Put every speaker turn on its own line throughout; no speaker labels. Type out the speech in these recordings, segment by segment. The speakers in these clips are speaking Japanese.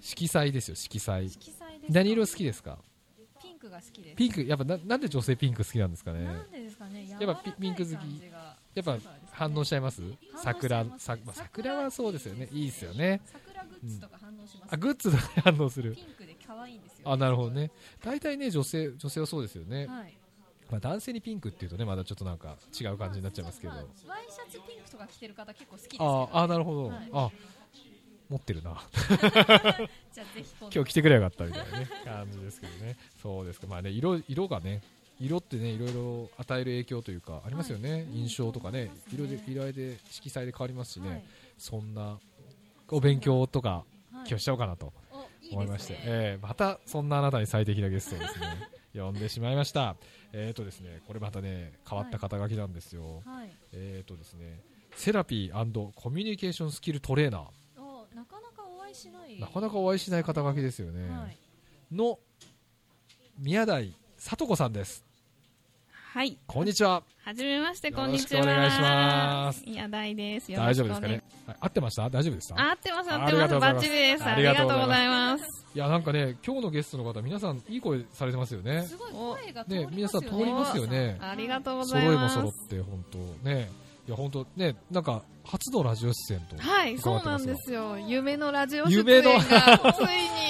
色彩ですよ色彩
色彩ですか
何色好きですか
ピンクが好きです
ピンクやっぱななんで女性ピンク好きなんですかね
なんでですかね
やっぱピピンク好きやっぱ反応しちゃいます
ます
桜
反応しち
さ
ゃいます
まあ桜はそうですよねいいですよね
桜グッズとか反応します、
あグッズだけ反応する
ピンクで可愛いんですよ
あなるほどね大体ね女性女性はそうですよね、
はい
まあ、男性にピンクっていうとねまだちょっとなんか違う感じになっちゃいますけど
まあワイシャツピンクとか着てる方結構好きですけ
あ
ど
あなるほど、
はい
あ持ってるな
じゃあぜひ今
今日着てくれよかったみたいなね感じですけどねそうですかまあね色色がね色ってねいろいろ与える影響というかありますよね、
い
印象とかね
うん
色で色合いで色彩で変わりますしね、
はい
そんなお勉強とか
はい
今日しちゃおうかなと
おいいですね
思いましてえーまたそんなあなたに最適なゲストをです ね呼んでしまいましたえっ、とですねこれまたね変わった肩書きなんですよ、
はい
えーとですね、セラピーコミュニケーションスキルトレーナー、
おなかなかお会いしない
なかなかお会いしない肩書きですよね、
はい
の宮台聡子さんです。
はい。
こんにちは。
はじめまして、こんにちは。
よろしくお願いします。
宮台です。よろ
大
しく
丈
お
夫で
願い
すかね。はい合ってました大丈夫でした
あ合ってます、合
あ
っ
り
て
が
ま
とうございます
す。バッチリです。
あ
あ
り
り
が
が
と
と
うご
うご
ざ
ざいます。
いや、なんかね、今日のゲストの方、皆さんいい声されてますよね。
すごい声が通り
ね
ますよね
皆さん通りますよね
ありがとうござ
揃
い
いも
ます。
揃って、本当ね。いや、本当ね、なんか、初のラジオ出演と。
はい、
伺
そ
っ
う
てま
な
す
ん
よ
ですよ。夢のラジオ出
夢
演
の
がついに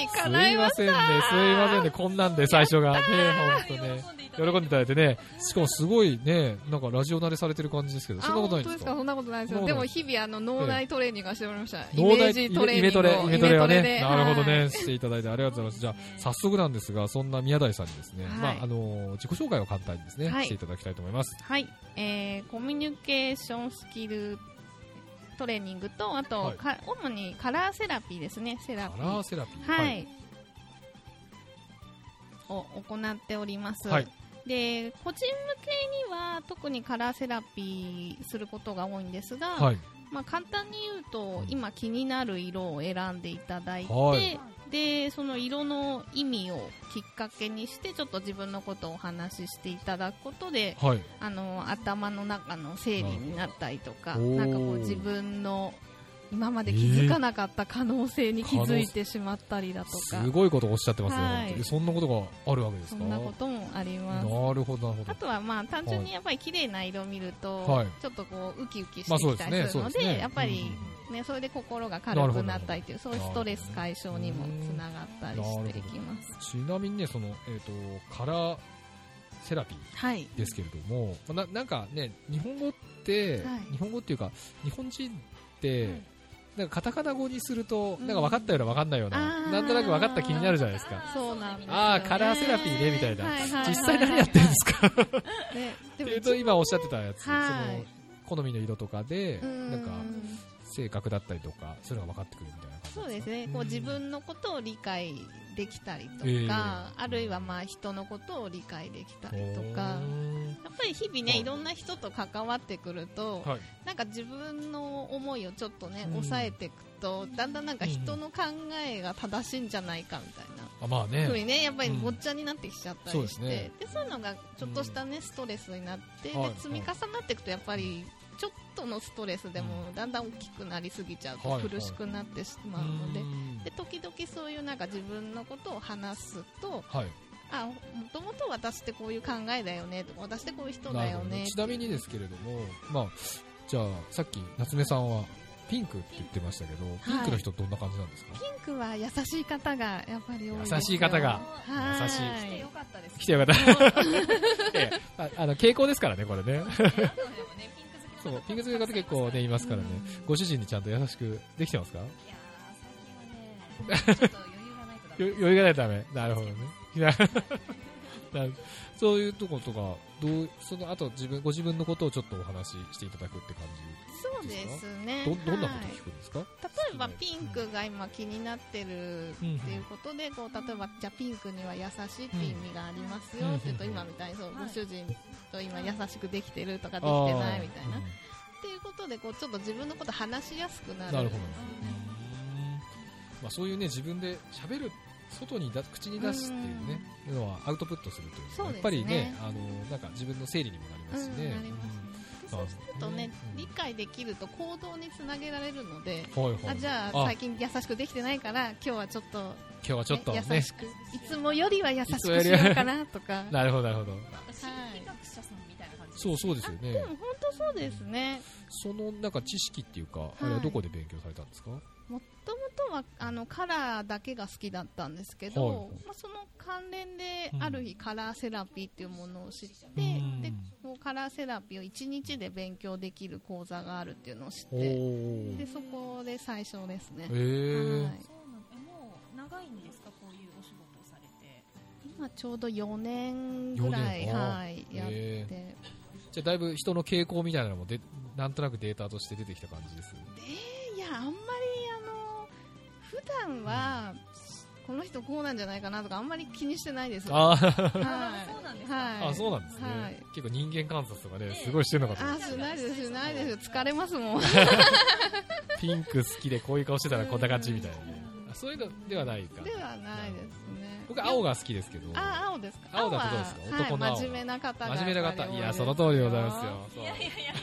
すい
叶いま
ま
した。
せんね、すいませんね、こんなんで最初が。ね、
喜
本当ね。
んでいただいて
喜んでいただいてね、しかもすごいね、なんかラジオ慣れされてる感じですけど、そんなことないんですか
あ本当ですかそんなことないです
そ
よ。
んなこと
で
な
も
い
日々あの脳内トレーニングはしておりました。イ
脳
メ
内
ージトレーニング
イメトレ、イメトレは
イメ
ね、なるほど
は
ね、
い
していただいてありがとうございます。じゃあ、早速なんですが、そんな宮台さんにですね、
はい
まあ、あのー、自己紹介を簡単にですね、
はい
していただきたいと思います。
はい、えーコミュニケーションスキルトレーニングとあと、
はい
か主にカラーセラピーですねセ
カ
ラピー
ラーセラピー。
はい、。を行っております、
はい
で個人向けには特にカラーセラピーすることが多いんですが、
はい。
まあ、簡単に言うと、
うん
今気になる色を選んでいただいて、
はい
でその色の意味をきっかけにしてちょっと自分のことをお話ししていただくことで
はい。
あの頭の中の整理になったりと
な
か
るほど
なんかこ
お
う
ー
自分の今まで気づかなかった可能性に気づいてしまったりだとか、
すごいことをおっしゃってますね、
はい
本当にそんなことがあるわけです
そ
か
んなこともあり
な
ます。
るほど、なるほ
あ
ど。
とはまあ単純にやっぱり綺麗な色を見ると、
はい
ちょっとこうウキウキし
まあ、
て
そうで
き
す
たり
ね、
する
そう
の
です
で、
ね。
やっぱ
うん
り、ね、それで心が軽くなったりというそういうストレス解消にもつながったりしていきます。
ちなみにね、その、えっと、カラーセラピー。
はい、
ですけれども、まあななんかね、日本語って、
はい
日本語っていうか、日本人って、
はい
なんかカタカナ語にすると、
うん
なんか分かったような分かんないような、
あー
なんとなく分かった気になるじゃないですか。
そうなんですよね
ああー、カラーセラピーね、みたいな。
ははは
実際何やってるんですかっ
ね
て
でも
いうと、今おっしゃってたやつ、
はい
その、好みの色とかで、
うん
なんか、性格だったりとか、そういうのが分かってくるみたいな感じ
そうですね、こう自分のことを理解できたりとか、
ええ
あるいはまあ人のことを理解できたりとか、や
うー
っぱり日々
は
ね、
い
いろんな人と関わってくると、
んはい。
なんか自分の思いをちょっとね、
うん
抑えていくと、だんだんなんか人の考えが正しいんじゃないかみたいな。
あまあね。
ふうにね、やっぱり
うん
ごっちゃになってきちゃった
そう
り
で
し
す
て、
ね
でそういうのがちょっとしたね、ストレスになって、で
はい
積み重なっていくとやっぱりちょっとのストレスでもだんだん大きくなりすぎちゃう
は
と
いはい
苦しくなってしまうので
うーん
で時々そういうなんか自分のことを話すと
はい。
あもともと私ってこういう考えだよねとか私ってこういう人だ
るほど
よね
ちなみにですけれども、まあ、じゃあさっき夏目さんはピンクって言ってましたけど、ピンクの人どんな感じなんですか、
ピンクは優しい方がやっぱり多いですよ
優しい方が
はい
優しい
来てよかったです
来てよか った。ええああの傾向ですからね、これね。
あとでもねピンク好きな方
そう、ピンク好きの方結構ね、いますからね。ご主人にちゃんと優しくできてますかよ
いや
余
ー最近はねちょっと余裕がないとダメ
裕がないとダメ。なるほどね。 ななそういうとことか、どう、その後自分、ご自分のことをちょっとお話ししていただくって感
そうですね
じ。ど、どんなこ
は
と
い
聞くんですか、
例えばピンクが今気になってるっていうことで、こう例えばじゃあピンクには優しいって意味がありますよって言うと、
うん
今みたいにそう、
はい
ご主人と今優しくできてるとかできてないみたいな、
あー
っ
うん
ていうことでこうちょっと自分のこと話しやすくなる
なるほど、まあ、そういうね自分で喋る外にだ口に出すっていうねのはアウトプットするというのは
そうですね
やっぱりねあのなんか自分の整理にもなりますし
うん
ね
なりますね
うん
そうするとね、
うん
理解できると行動につなげられるので、
はいはい
あじゃあ
あ
最近優しくできてないから今日はちょっと,、ね
今日はちょっと
優
ね
しくいつもよりは優しく
い
し
つ
よ
もよりは
うかなとか
なるほどなるほど
心理学者さんみたいな感じ
そうそうですよ
で
ね
も本当そうですね
そのなんか知識っていうか、あれはどこで勉強されたんですか
もともとはあのカラーだけが好きだったんですけ
は
ど、
い
まあ、その関連である日カラーセラピーっていうものを知って、
うん
でもうカラーセラピーを1日で勉強できる講座があるっていうのを知っ
おお
て
ー
でそこで最初ですね
え、ー
はい
そうなのえもう長いんですかこういうお仕事をされて
今ちょうど4年ぐらい
四年あー
はい、やって、
へじゃあだいぶ人の傾向みたいなのもでなんとなくデータとして出てきた感じです
いやあんまりあの普段は、この人こうなんじゃないかなとかあんまり気にしてないですは
あー
い
あそうなんですか
はい
あそうなんですね、
はい
結構人間観察とかね
ね
すごいしてるのかと思っ
あ
た
しないですしないです疲れますもん
ピンク好きでこういう顔してたらこんな感じみたいなねあそういうのではないか
ではないですね
僕青が好きですけど
あ青ですか
青だとどうですか
は
男の青
はい、真面目な方が
真面目な方いやその
り
通りでございますよそう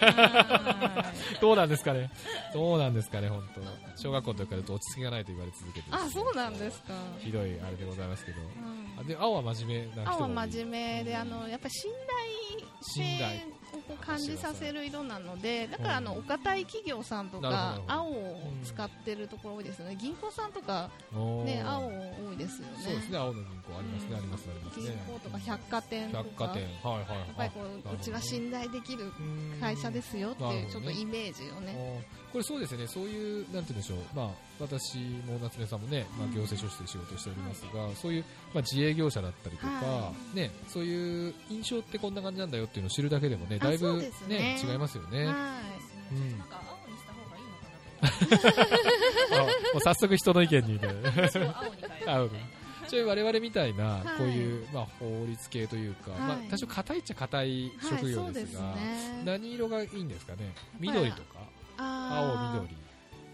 あ
どうなんですかねどうなんですかね本当小学校の時からずっと落ち着きがないと言われ続け て
あそうなんですか、
ひどいあれでございますけど
うん
あで青は真面目な人
青
が
は
多い
真面目であのやっぱり信
信頼
頼性をこう感じさせる色なのでだからあの
うん
お堅い企業さんと
なるほどな
か
るほど
青を使ってるところ多いですよね銀行さんとか
おー
ね青多いですよ
そうです
ね
ね青の銀行あります
う
ね
ん
ありますあります
銀
ね
行とか百貨店と
百貨
か
店
や
はいはいはい
っぱりこううちは信頼できる会社ですすよって
なる
いう
ほ
ち
ど
ょっ
ね
とイメージをね
これそうですねそういうなんて言うんでしょうまあ私も夏目さんもねまあ行政書士で仕事しておりますがそういうまあ自営業者だったりとか
は
ねそういう印象ってこんな感じなんだよっていうのを知るだけでもねだい
あそ
ぶ
うです
ね
ね
違いますよね
は
うん
なんか青にした方がいいのかなと思って
あもう早速人の意見に ね
私は青に変え る
あのちょい我々みたいな、
い
こういう、まあ、法律系というか、
はい
まあ、多少硬いっちゃ硬い
いはい
職
そ
業
うで
ですすが、
ね
何色がいいんですかね
り
緑とか青
あー
緑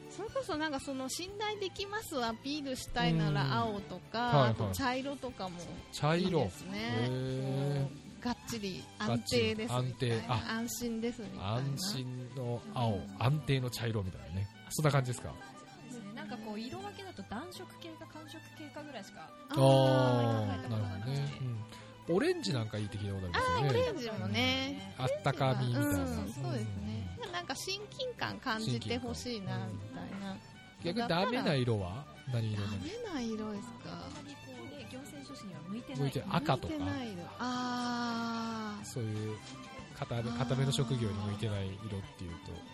それこそなんかその信頼できますをアピールしたいな
うん
ら青とか、
はいはい
あと茶色とかも
茶
いい
色
です
へ
ね
ー
こうがっちり安定です
がっ
み
ち
た
り
い
安定あ
な安心ですみたいな
安心の青安定の茶色みたいなねそんな感じですか
そうですねなんかこう色分けだと暖色系か寒色系かぐらいしか
あ
なる
ー
ほどね、うん、オレンジなんかいいって聞いたことあ
あ
り
ー
ま
オ
す
レ
よ
ン
ね
ジもね
あったかみみたいな、
うん、そうですねなんか親近感感じてほしいなみたいな
逆にダメな色は何色
ダ
なの
メな色です
あ
か
まりこうね行政書士には向いてない
向いて赤とか
向いてない色あー
そういう固め固めの職業に向いてない色っていう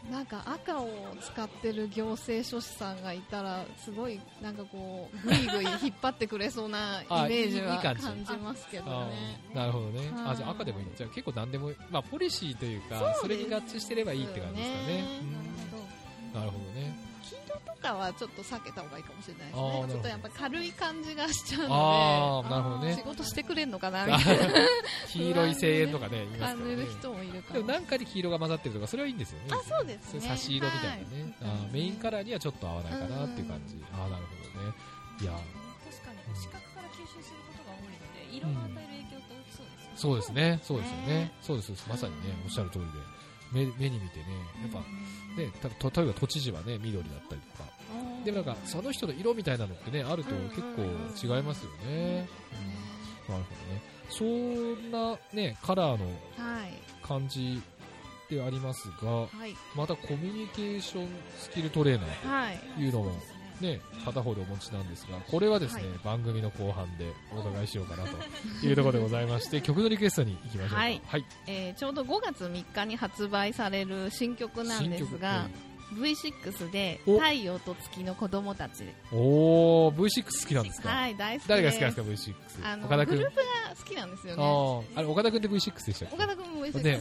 と
なんか赤を使ってる行政書士さんがいたらすごいなんかこうぐいぐい引っ張ってくれそうなイメ
あ
ージ
いいい
はい
感
感
じ
じますけど
あ
ね
ーなるほどね
は
あ
い
じゃあ赤でもいいじゃあ結構何でもいいまあポリシーというかそ
そう
れ
です
に合致してればいいって感じですかね
うん
なるほど
うんなるほどね
黄色とかはちょっと避けた方がいいかもしれないで
あ
す
ーなるほ
ね
ど
ちょっとやっぱ軽い感じがしちゃ
あ
う
あなるほど
ので
ね
仕事してくれんのかなみたいな
黄色い声援とかね言います
感
か
じ
らね
る人もいるか
でも
ら
なんかに黄色が混ざってるとかそれはいいんですよね
あそうです
そう
ね
いう差し色みたいなね、
はい
あーメインカラーにはちょっと合わないかなっていう感じ、ああなるほどねいや
確かに視覚から吸収することが多いので色の与える影響って大きそうですよね
そうですねそうですよね
ね
そうですそうですまさにねおっしゃる通りで目目に見てねやっぱね、た例えば都知事はね緑だったりとか
うん
でもなんかその人の色みたいなのってねあると結構違いますよね、うんなるほどねそんなねカラーの
はい
感じでありますが
はい
またコミュニケーションスキルトレーナー
はい
というのも
そうですね
ね片方でお持ちなんですがこれはですね、
は
番組の後半でお伺いしようかなというところでございま して曲のリクエストに行きましょうか
はい
はい、
えーちょうど5月3日に発売される新曲なんですが、V6 で「
お
太陽と月の子供たち
うんおお V6 好きなんです」か、
はい大好き
誰が好きなん
で
です
す
か V6
あの
岡田
グ
君
ループが好きなんですよね
あああれ岡田君って V6 でしたっけ
岡田君も V6 で
ね
す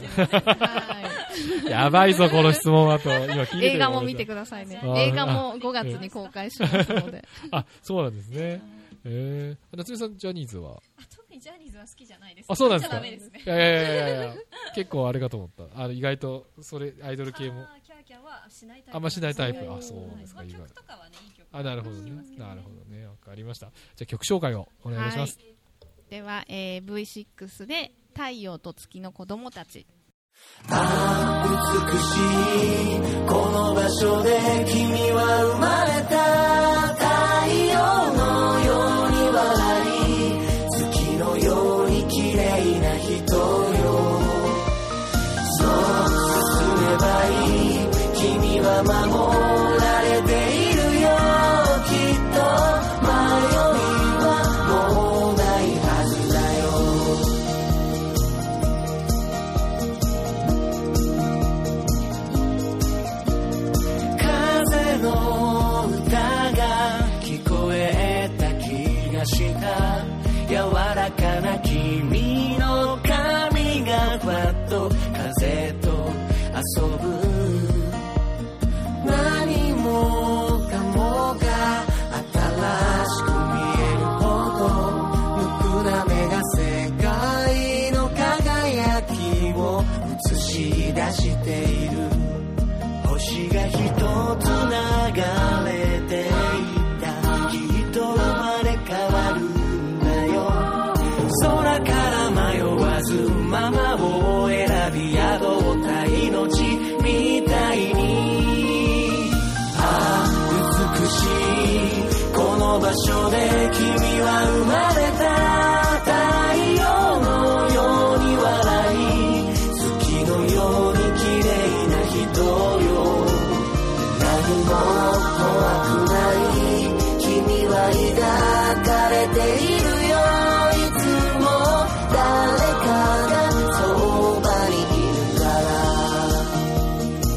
は
やばいぞ、この質問はと、今聞い
い、
て
映画も見て
く
くださいね
あー
映画も5月に公開しますの で
あ、そうなんですね。えー、夏目さん、ジャニーズ は
あ特にジャニーズは好きじゃないです
あそうなんですか
ダメですね
いやいやいやいやいや、結構あれかと思った。あの意外と、それ、アイドル系も。
あーキャーキャーはしないタイプ
あんましないタイプ
で。すね
あ、そうなんですか、
はい
意
まあ
外
曲。とかはねいい曲
あ、なるほどね。なるほどね。わかりました。じゃあ曲紹介をお願いします。
では、えー V6 で「太陽と月の子供たち」
ああ美しいこの場所で君は生まれた太陽のように笑い月のように綺麗な人よそう進めばいい君は守られているよきっと迷いはもうないはずだよ風の歌が聞こえた気がした柔らかな君の髪がふわっと風と遊ぶ何もかもが新しく見えるほど無くな目が世界の輝きを映し出している星が一つ流れていったきっと生まれ変わるんだよ空から迷わずままを選び宿った命みたいにああ美しいこの場所で君は生まれた太陽のように笑い月のように綺麗な人よ何も怖くない君は抱かれているよいつも誰かがそばにいるか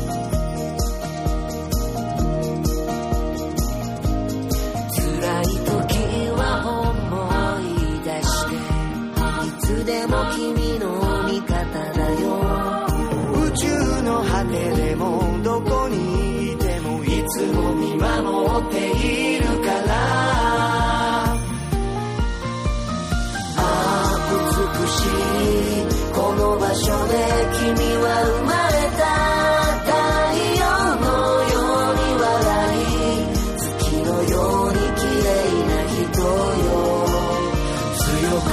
ら辛い時は思い出していつでも君の味方だよ宇宙の果てでもどこにいてもいつも見守っているからああ美しいこの場所で君は生まれた太陽のように笑い月のように綺麗な人よ強く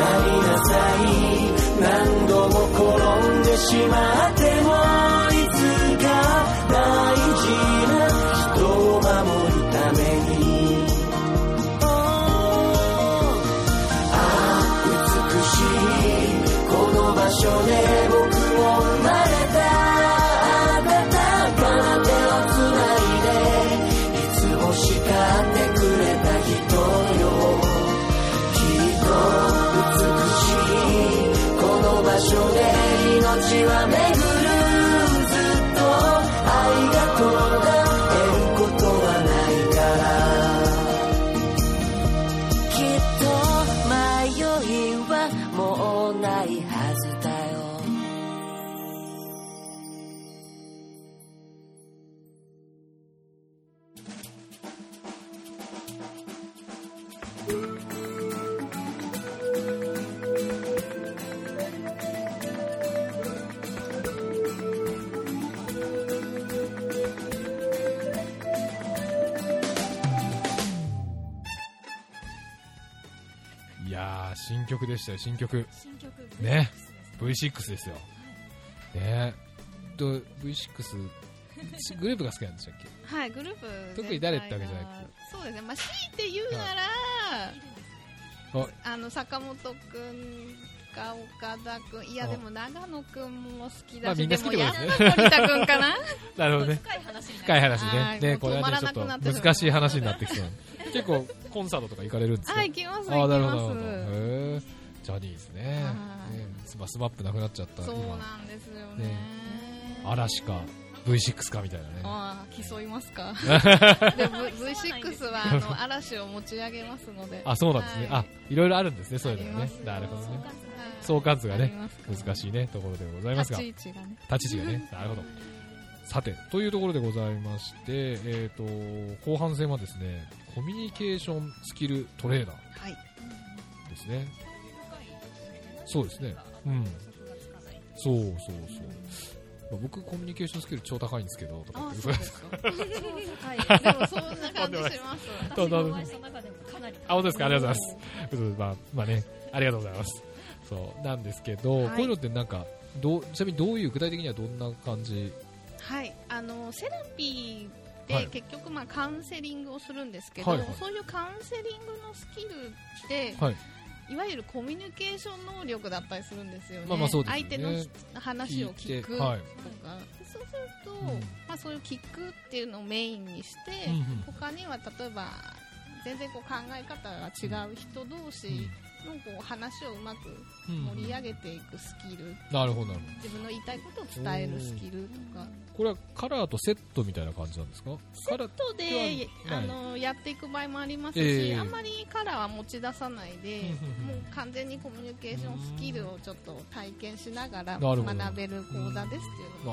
なりなさい何度も転んでしまってもいつか大事な人を守るためにああ美しいこの場所で僕も生まれた温かな手をつないでいつも叱ってくれた人よきっと美しいこの場所で命は巡るずっと愛が途絶えることはないからきっと迷いはもうないはずだよ
いやー、新曲でしたよ、新曲。
新曲
ね
V6 で
V6
す
ですよ。ねえ。と、V6、しグループが好きなんでしたっけ
はい、グループ。
特に誰ってわけじゃなく
そうですね。まあ、強いて言うなら、
いるんですね
あの、坂本くんか岡田くん。いや、
あ
でも長野くんも好き
まあ
だ
み
し、
んな
で
好
も
きって
や
こ
っ
とで
ぱ
すね
森田くんかな
なるほどね。
深い話になる
深 い話
は
ね。
い
ね、
もう
これはね、ちょっ
止まらなくなって
と
る
難しい話になってきそうなんで。結構、コンサートとか行かれるんですか
はい、来ます、
ああ、
行
な
き
るほど、
ま
なるほど。へ
す。
え。ジャニーズね。
はい
ねスマスマップなくなっちゃった。
そう
今、
なんですよ
ね
ね。
嵐か、V6 かみたいなね。
ああ、競います か。でも V6 はあの嵐を持ち上げますので。
あ、そうなんですね。
は
あ
い、
いろいろあるんですね、そういうのが
あ
ね
ります。よ
なるほどね。
う
相関図がね、難
い。
しいね、ところでございま
立
すが、
ち
立
位置がね。
ち位置がね、なるほど。さて、というところでございまして、えー、と後半戦はですね、コミュニケーションスキルトレーナー
はい。
ですね。そ
そうう
で
ですす
ね
ね。
うん
即がつかない
そうそうそう。まあ僕、コミュニケーションスキル超高いんですけど、とか
あ
っ
あ、
て
そうですか。で
超高い。
もそんな感じし ます。
どうぞ
私がお会いした中でもかなり高い。
あ本当ですかありがとうござ います。まあ、まあね、ありがとうございます。そう、なんですけど、
は
こ
い
ういうのってなんか、どうちなみにどういう具体的にはどんな感じ
はい、あのセラピー
は
で
い
結局まあカウンセリングをするんですけど、
はいはい
そういうカウンセリングのスキルって、
はい
い、わゆるコミュニケーション能力だったりするんですよね。
まあまあそうですよね
相手のひ話を聞くとか、
はい
そうすると、
うん
まあそういう聞くっていうのをメインにし
う
て、
んうん
他には例えば全然こう考え方が違う人同士のこう話をうまく
うんうん
盛り上げていくスキル、
なるほどなるほど
自分の言いたいことを伝えるスキルとか。
これはカラーとセットみたいな感じなんですか
セ
カ
ッ
ラー
トで
では
あ
ない
のやっていく場合もありますし、
ええ
あんまりカラーは持ち出さないで、
うん
もう完全にコミュニケーションスキルをちょっと体験しながら
なるほど
学べる講座ですっていうの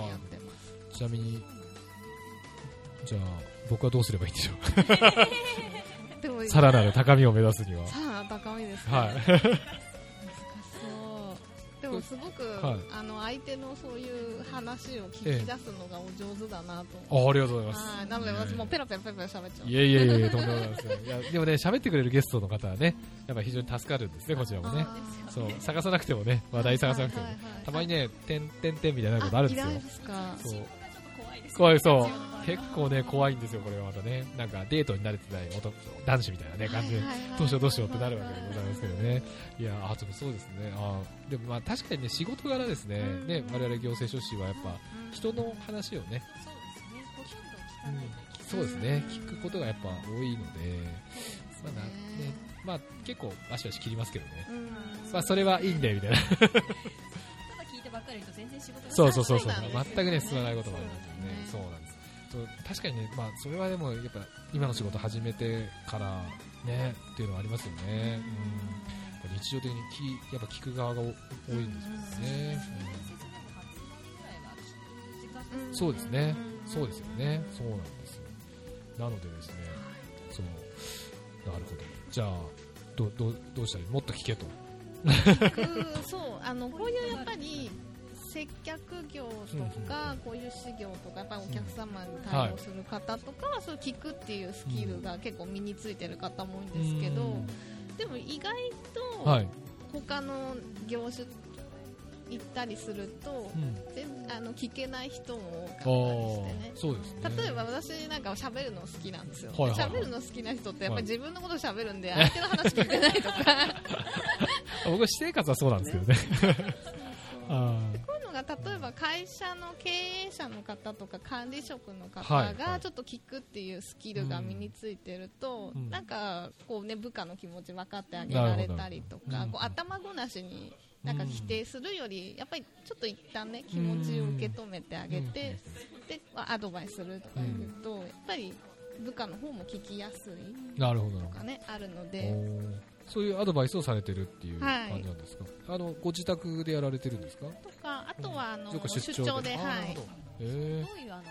もやってます。
ちなみにじゃあ僕はどうすればいいんでしょ
でも
うさらなる高みを目指すには
さあ高いですね。
はい
そう。でもすごく、
はい
あの相手のそういう話を聞き出すのがお上手だなと思って。
あありがとうございます
はいなので私もうペラペラペラペラ喋っちゃう。
いえいえいえとんでもないですよいやでもね喋ってくれるゲストの方はねやっぱ非常に助かるんですねこちらもね
あー
そう探さなくてもね話題探さなくても
はい
ね
はいはい
たまにね点点点みたいなことあるんですよ
いらですか。
そう
これがちょっと怖いですね
怖いそう
必要
結構ね怖いんですよこれはまたねなんかデートに慣れてない男男子みたいなね感じで
はいはいはい
どうしようどうしようってなるわけでございますけどねいやあでもそうですねあでもまあ確かにね仕事柄ですね
うん
ね我々行政書士はやっぱ
うん
人の話をね
そ
そう
うですねほとんど聞かないといけない
ですね聞くことがやっぱ多いのでまあなねまあ結構足はし切りますけどね
うん
まあそれはいいんだよみたいな
ただ聞いてばっかりいると全然仕事が
そうそうそうそう
そうなんですよ ね
全くね進まないこともありますよねそ
そう
なんですそう確かにねまあそれはでもやっぱ今の仕事始めてからねっていうのはありますよねうん日常的に聞やっぱ聞く側が多いんですよね、うんそうですねそうですよねそうなんですよなのでですねそうなるほどじゃあどどうどうしたらいいもっと聞けと
うんそうあのこういうやっぱり接客業とかこういう事業とかやっぱお客様に対応する方とかはそういう聞くっていうスキルが結構身についてる方も多いんですけどでも意外
うんは
と
い、
他の業種行ったりすると
うん
全あの聞けない人も
あ
多かったりしてね
ーそうですね
例えば私なんかは喋るの好きなんですよ、
はいはいはい
喋るの好きな人ってやっぱり
はい
自分のこと喋るんで相手の話聞いてないとか
僕は私生活はそうなんですけ どね あー
こういうのが例えば会社の経営者の方とか管理職の
は
方
いはい
がちょっと聞くっていうスキルが身についてると、
うん
なんかこうね部下の気持ち分かってあげられたりと
な
か
るほど
こう頭ごなしになんか否定するよりやっぱりちょっと一旦ね気持ちを受け止めてあげて、でアドバイスするとか言うと、やっぱり部下の方も聞きやすい。
なるほどなる
と
ほど
かねあるの
お
で
ーそういうアドバイスをされてるっていう
はい
感じなんですか、あのご自宅でやられてるんですか
とかあとはあの
そうか
出張で
あー
は
ないるほどえ
どういうあの企業様というか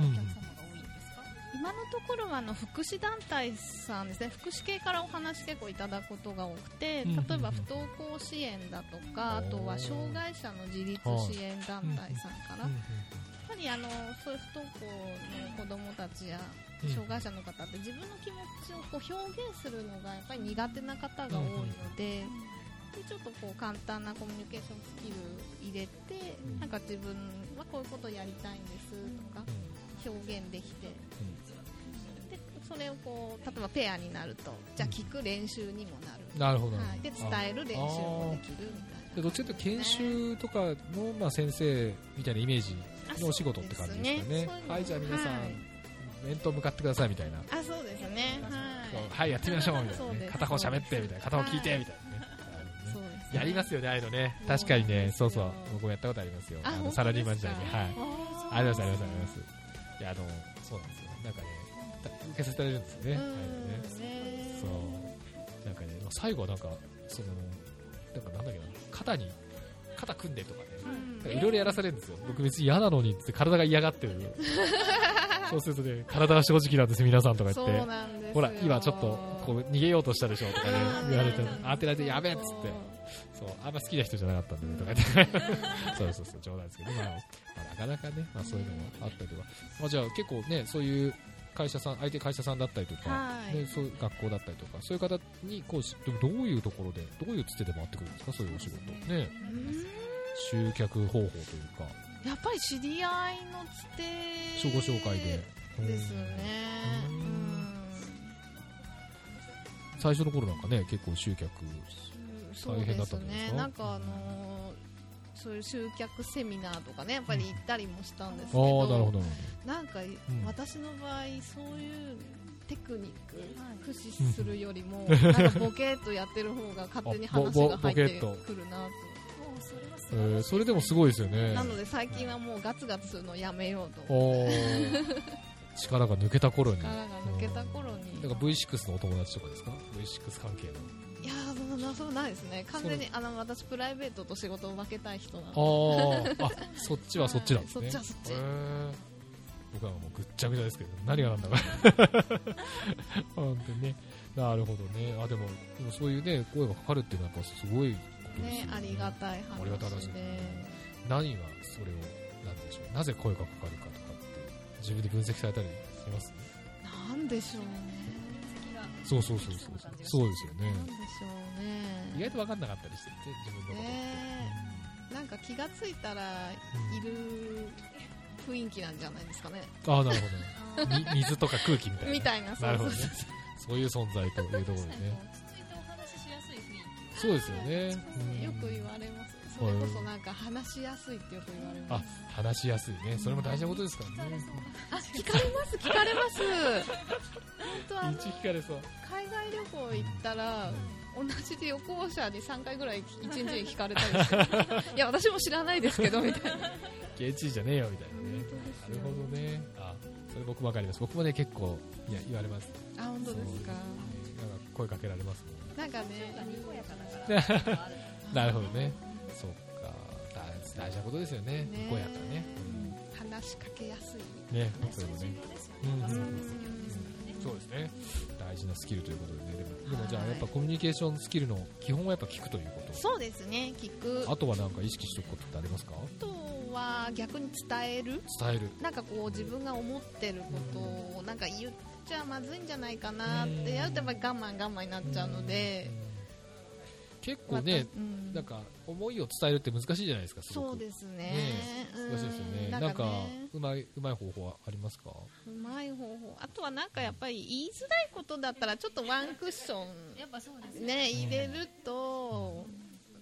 うん
お客様が多いんですか、
今のところはあの福祉団体さんですね福祉系からお話結構いただくことが多くて
うんうんうん
例えば不登校支援だとかあとは障害者の自立支援団体さんか
ー
らやっぱりあのそういう不登校の子どもたちや
うん
障害者の方って自分の気持ちをこう表現するのがやっぱり苦手な方が多いので。でちょっとこう簡単なコミュニケーションスキル入れて、
うん
なんか自分はこういうことやりたいんですとか
うん
表現できてでそれをこう例えばペアになるとじゃあ聞く練習にもなる
う、んなるほど、
はい、で伝
え
える練習もできるみた
でど
いな
っちかというと研修とかの、まあ、先生みたいなイメージのお仕事って感じですかね
あそうですね
はいじゃあ皆さん、
はい
面と向かってくださいみたいな
あそうですね
はい、
は
やってみましょうみたい
そ
な、
うで
ね、
す
片方喋ってみたいな片方聞いてみたいなね、
いそうですね
やりますよねああいうのね
そう
確かに
なん
ね
です
そ
よ
うそう僕もやったことありますよ
あ
あの
本当
サラリーマン時代に
ですか
はい
あ
ありますありますありますいやあのそうなんですよなんかねた受けさせられるんですよね
う
ああい
ん
うのね
ね
そうなんかね最後はなんかそのなんかなんだっけな肩に肩組んでとかね
うん
いろいろやらされるんですよ僕別に嫌なのにって体が嫌がってる そうするとね体が正直なんです皆さんとか言
そ
って
うなんですよ
ほら、今ちょっとこう逃げようとしたでしょとかね
うん
言われて、当てられてやべえっつって、そう、あんま好きな人じゃなかったんでとか言って、 そうそうそう、冗談ですけど、まあ、まあなかなかね、まあそういうのもあったりとか、まあじゃあ結構ね、そういう会社さん、相手会社さんだったりとか、
はい
ね、そういう学校だったりとか、そういう方に講師、でもどういうところで、どういうつてで回ってくるんですか、そういうお仕事。ね。
う
集客方法というか
やっぱり知り合いのつて
自己紹介でうん
ですよね
うん
うん
最初の頃なんかね結構集客
そう
大変だ
で
っ
す
たんじゃないです
ね
か
なんかあのーそういう集客セミナーとかねやっぱり行ったりもしたんですけ
ああ
ど
ーなるほどなる
なんか、
ん
私の場合そういうテクニック
はい
駆使するよりもなんかボケっとやってる方が勝手に
あぼ
話
ぼ
が入っ
ボケ
て
っと
くるなと
もうそれは素
ほど、え
晴
ー
らしい
それでもすごいですよね
なので最近はもうガツガツするのやめようと
お ー力が抜けた頃に
力が抜けた頃に
なんか V6 のお友達とかですか V6 関係の
いやーそんなそうないですね完全にあの私プライベートと仕事を分けたい人なので
あーあそっちはそっちなんですね
はいそっちはそっち
へー僕はもうぐっちゃぐちゃですけど何がなんだか 本当にねなるほどねあでもでもそういうね声がかかるっていうのはやっぱすごいことですよ
ね
ね
ありがたい
ありがたいですね
話で
何がそれをなんでしょうなぜ声がかかるかとかって自分で分析されたりします
なんでしょうね
次が
そうそうそうそうそうですよね
なんでしょうね
意外と分かんなかったりしてて自分のことって、
ねなんか気がついたらいる雰囲気なんじゃないですかね
うんああなるほどね
あー
み 水とか空気みたいなね、
みたいな
なるほど
そう
ね
そう
そういう存在というところでね
落ち着いてお話ししやすい雰囲気
そうですよね
そう
うん
よく言われますそれこそなんか話しやすいってよく言われま
あ
す
話しやすいねそれも大事なことですからね
あ聞かれます聞かれます本当あの
一聞かれそう
海外旅行行ったら
う
同じ旅行者に3回ぐらい1日に聞かれたりして いや私も知らないですけどみたいな
現地じゃねえよみたいなねなるほどねあそれ僕わかります僕もね結構いや言われます
あ本当ですか
そうなんか声かけられますも
なんかね
にこやかだから
んなるほどねそっか大大事なことですよね
ね
にこやかね
話しかけやすい
うんね
ね
そう
そう
いうの
いう重
ね
要ですよ
うん
ねまあそうですよね
そうですね大事なスキルということでねでもでもじゃあ
はい
やっぱコミュニケーションスキルの基本はやっぱ聞くということ
そうですね聞くあ
あとはなんか意識しておくことってありますか
とは逆に伝える
伝える
なんかこう自分が思ってることをなんか言っちゃまずいんじゃないかなってやるとやっぱり我慢我慢になっちゃうので
結構ね、
またうん
なんか思いを伝えるって難しいじゃないですかすごく
そうですねうん
難しいですよねなんか
ね
うまいうまい方法はありますか
うまい方法あとはなんかやっぱり言いづらいことだったらちょっとワンクッション
やっぱそうですよね
ね入れると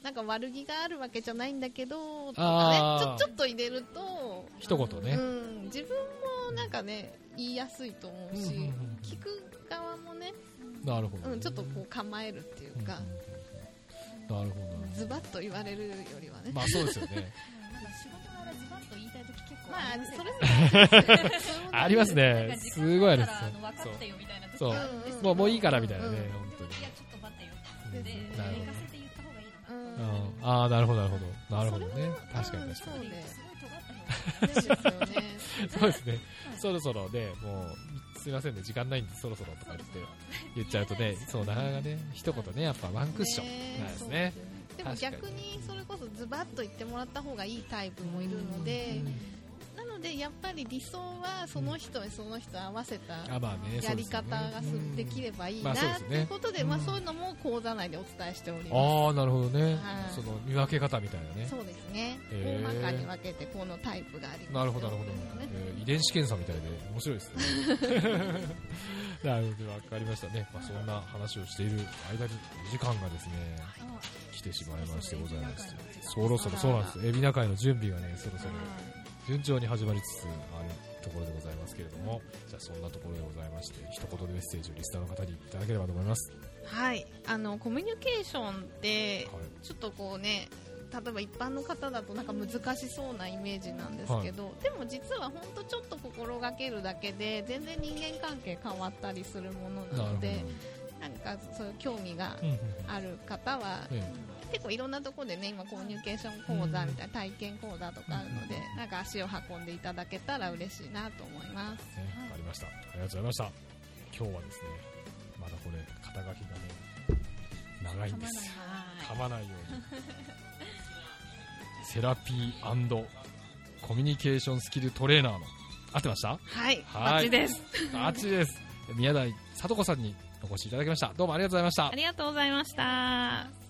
なんか悪気があるわけじゃないんだけどと
あ
か
ー
ねちょちょっと入れると
一言ね、
うん、自分もなんかね言いやすいと思うし、
うんうんうんうん
聞く側もね、
なるほどね、
うん、ちょっとこう構えるっていうか、
うんうんうんなるほどな るほ
ズバッと言われるよりはね、
どまあそうですよね
なんか仕事柄ズバッと言いたい時結構
まあ
りますよ
そ
ね
れぞれ
あります
なん
ね
か時間
すごいあり
だ
ま
か
すそ
らあの分かったよみたいな時
そう
があるんですけ
う
う
ど
もうもういいからみたいなね、
うん
本当に
いやちょっと待ってよ
う
っ
ん
て
うん
行
なる
かせて言った方がいいのか
う
な、
ん
ほど、うんああなるほどなるほどなるほど
それ
ね
も
確かに
うん
確かに
そうね
すごい尖った方が
ですよね
そうですね。そろそろね、もう、すいませんね、時間ないんで、そろそろとか言って、言っちゃうとね、そう、なかなかね、一言ね、やっぱワンクッションなんですね。
でも
確かに
逆にそれこそズバッと言ってもらった方がいいタイプもいるので、なのでやっぱり理想はその人にその人合わせた
あ、まあね、
やり方がす
そう
ですき
よね
ればいい
ま
な
あ
っ
そうですね
ていうことで、まあ
うん
そういうのも講座内でお伝えしてお
う
り
ん
ま
ああ、なるほどね
は。い
その、見分け方みたいなね
す。。そうですね。
へ
大
ー
まかに分けてこのタイプがありますよ。
なるほど、なるほど
ね。
えー遺伝子検査みたいで、面白いです ね。 なるほど、わかりましたね。まあ、そんな話をしている間に、お時間がですね、来てしまいましてございます。そろそろ、そうなんです。エビナ会の準備がね、そろそろ。順調に始まりつつあるところでございますけれども、じゃあそんなところでございまして、一言でメッセージをリスナーの方にいただければと思います。
はい。あの、コミュニケーションって、
はい。
ちょっとこうね、例えば一般の方だとなんか難しそうなイメージなんですけど、でも実は本当ちょっと心がけるだけで、全然人間関係変わったりするもの
な
なの
る
で、なんかそういう興味が
ほど。うんうん
ある方は、
え
結構いろんなところでね今コミュニケーション講座みたいな体験講座とかあるので、なんか足を運んでいただけたら嬉しいなと思います
えねわかりました。ありがとうございました。今日はですね、まだこれ、肩書きがね、長いんですよ。 噛まないように。セラピーコミュニケーションスキルトレーナーの、合ってました
はい
はい
バッチです
あっちです。宮台聡子さんにお越しいただきました。どうもありがとうございました
あ。りがとうございました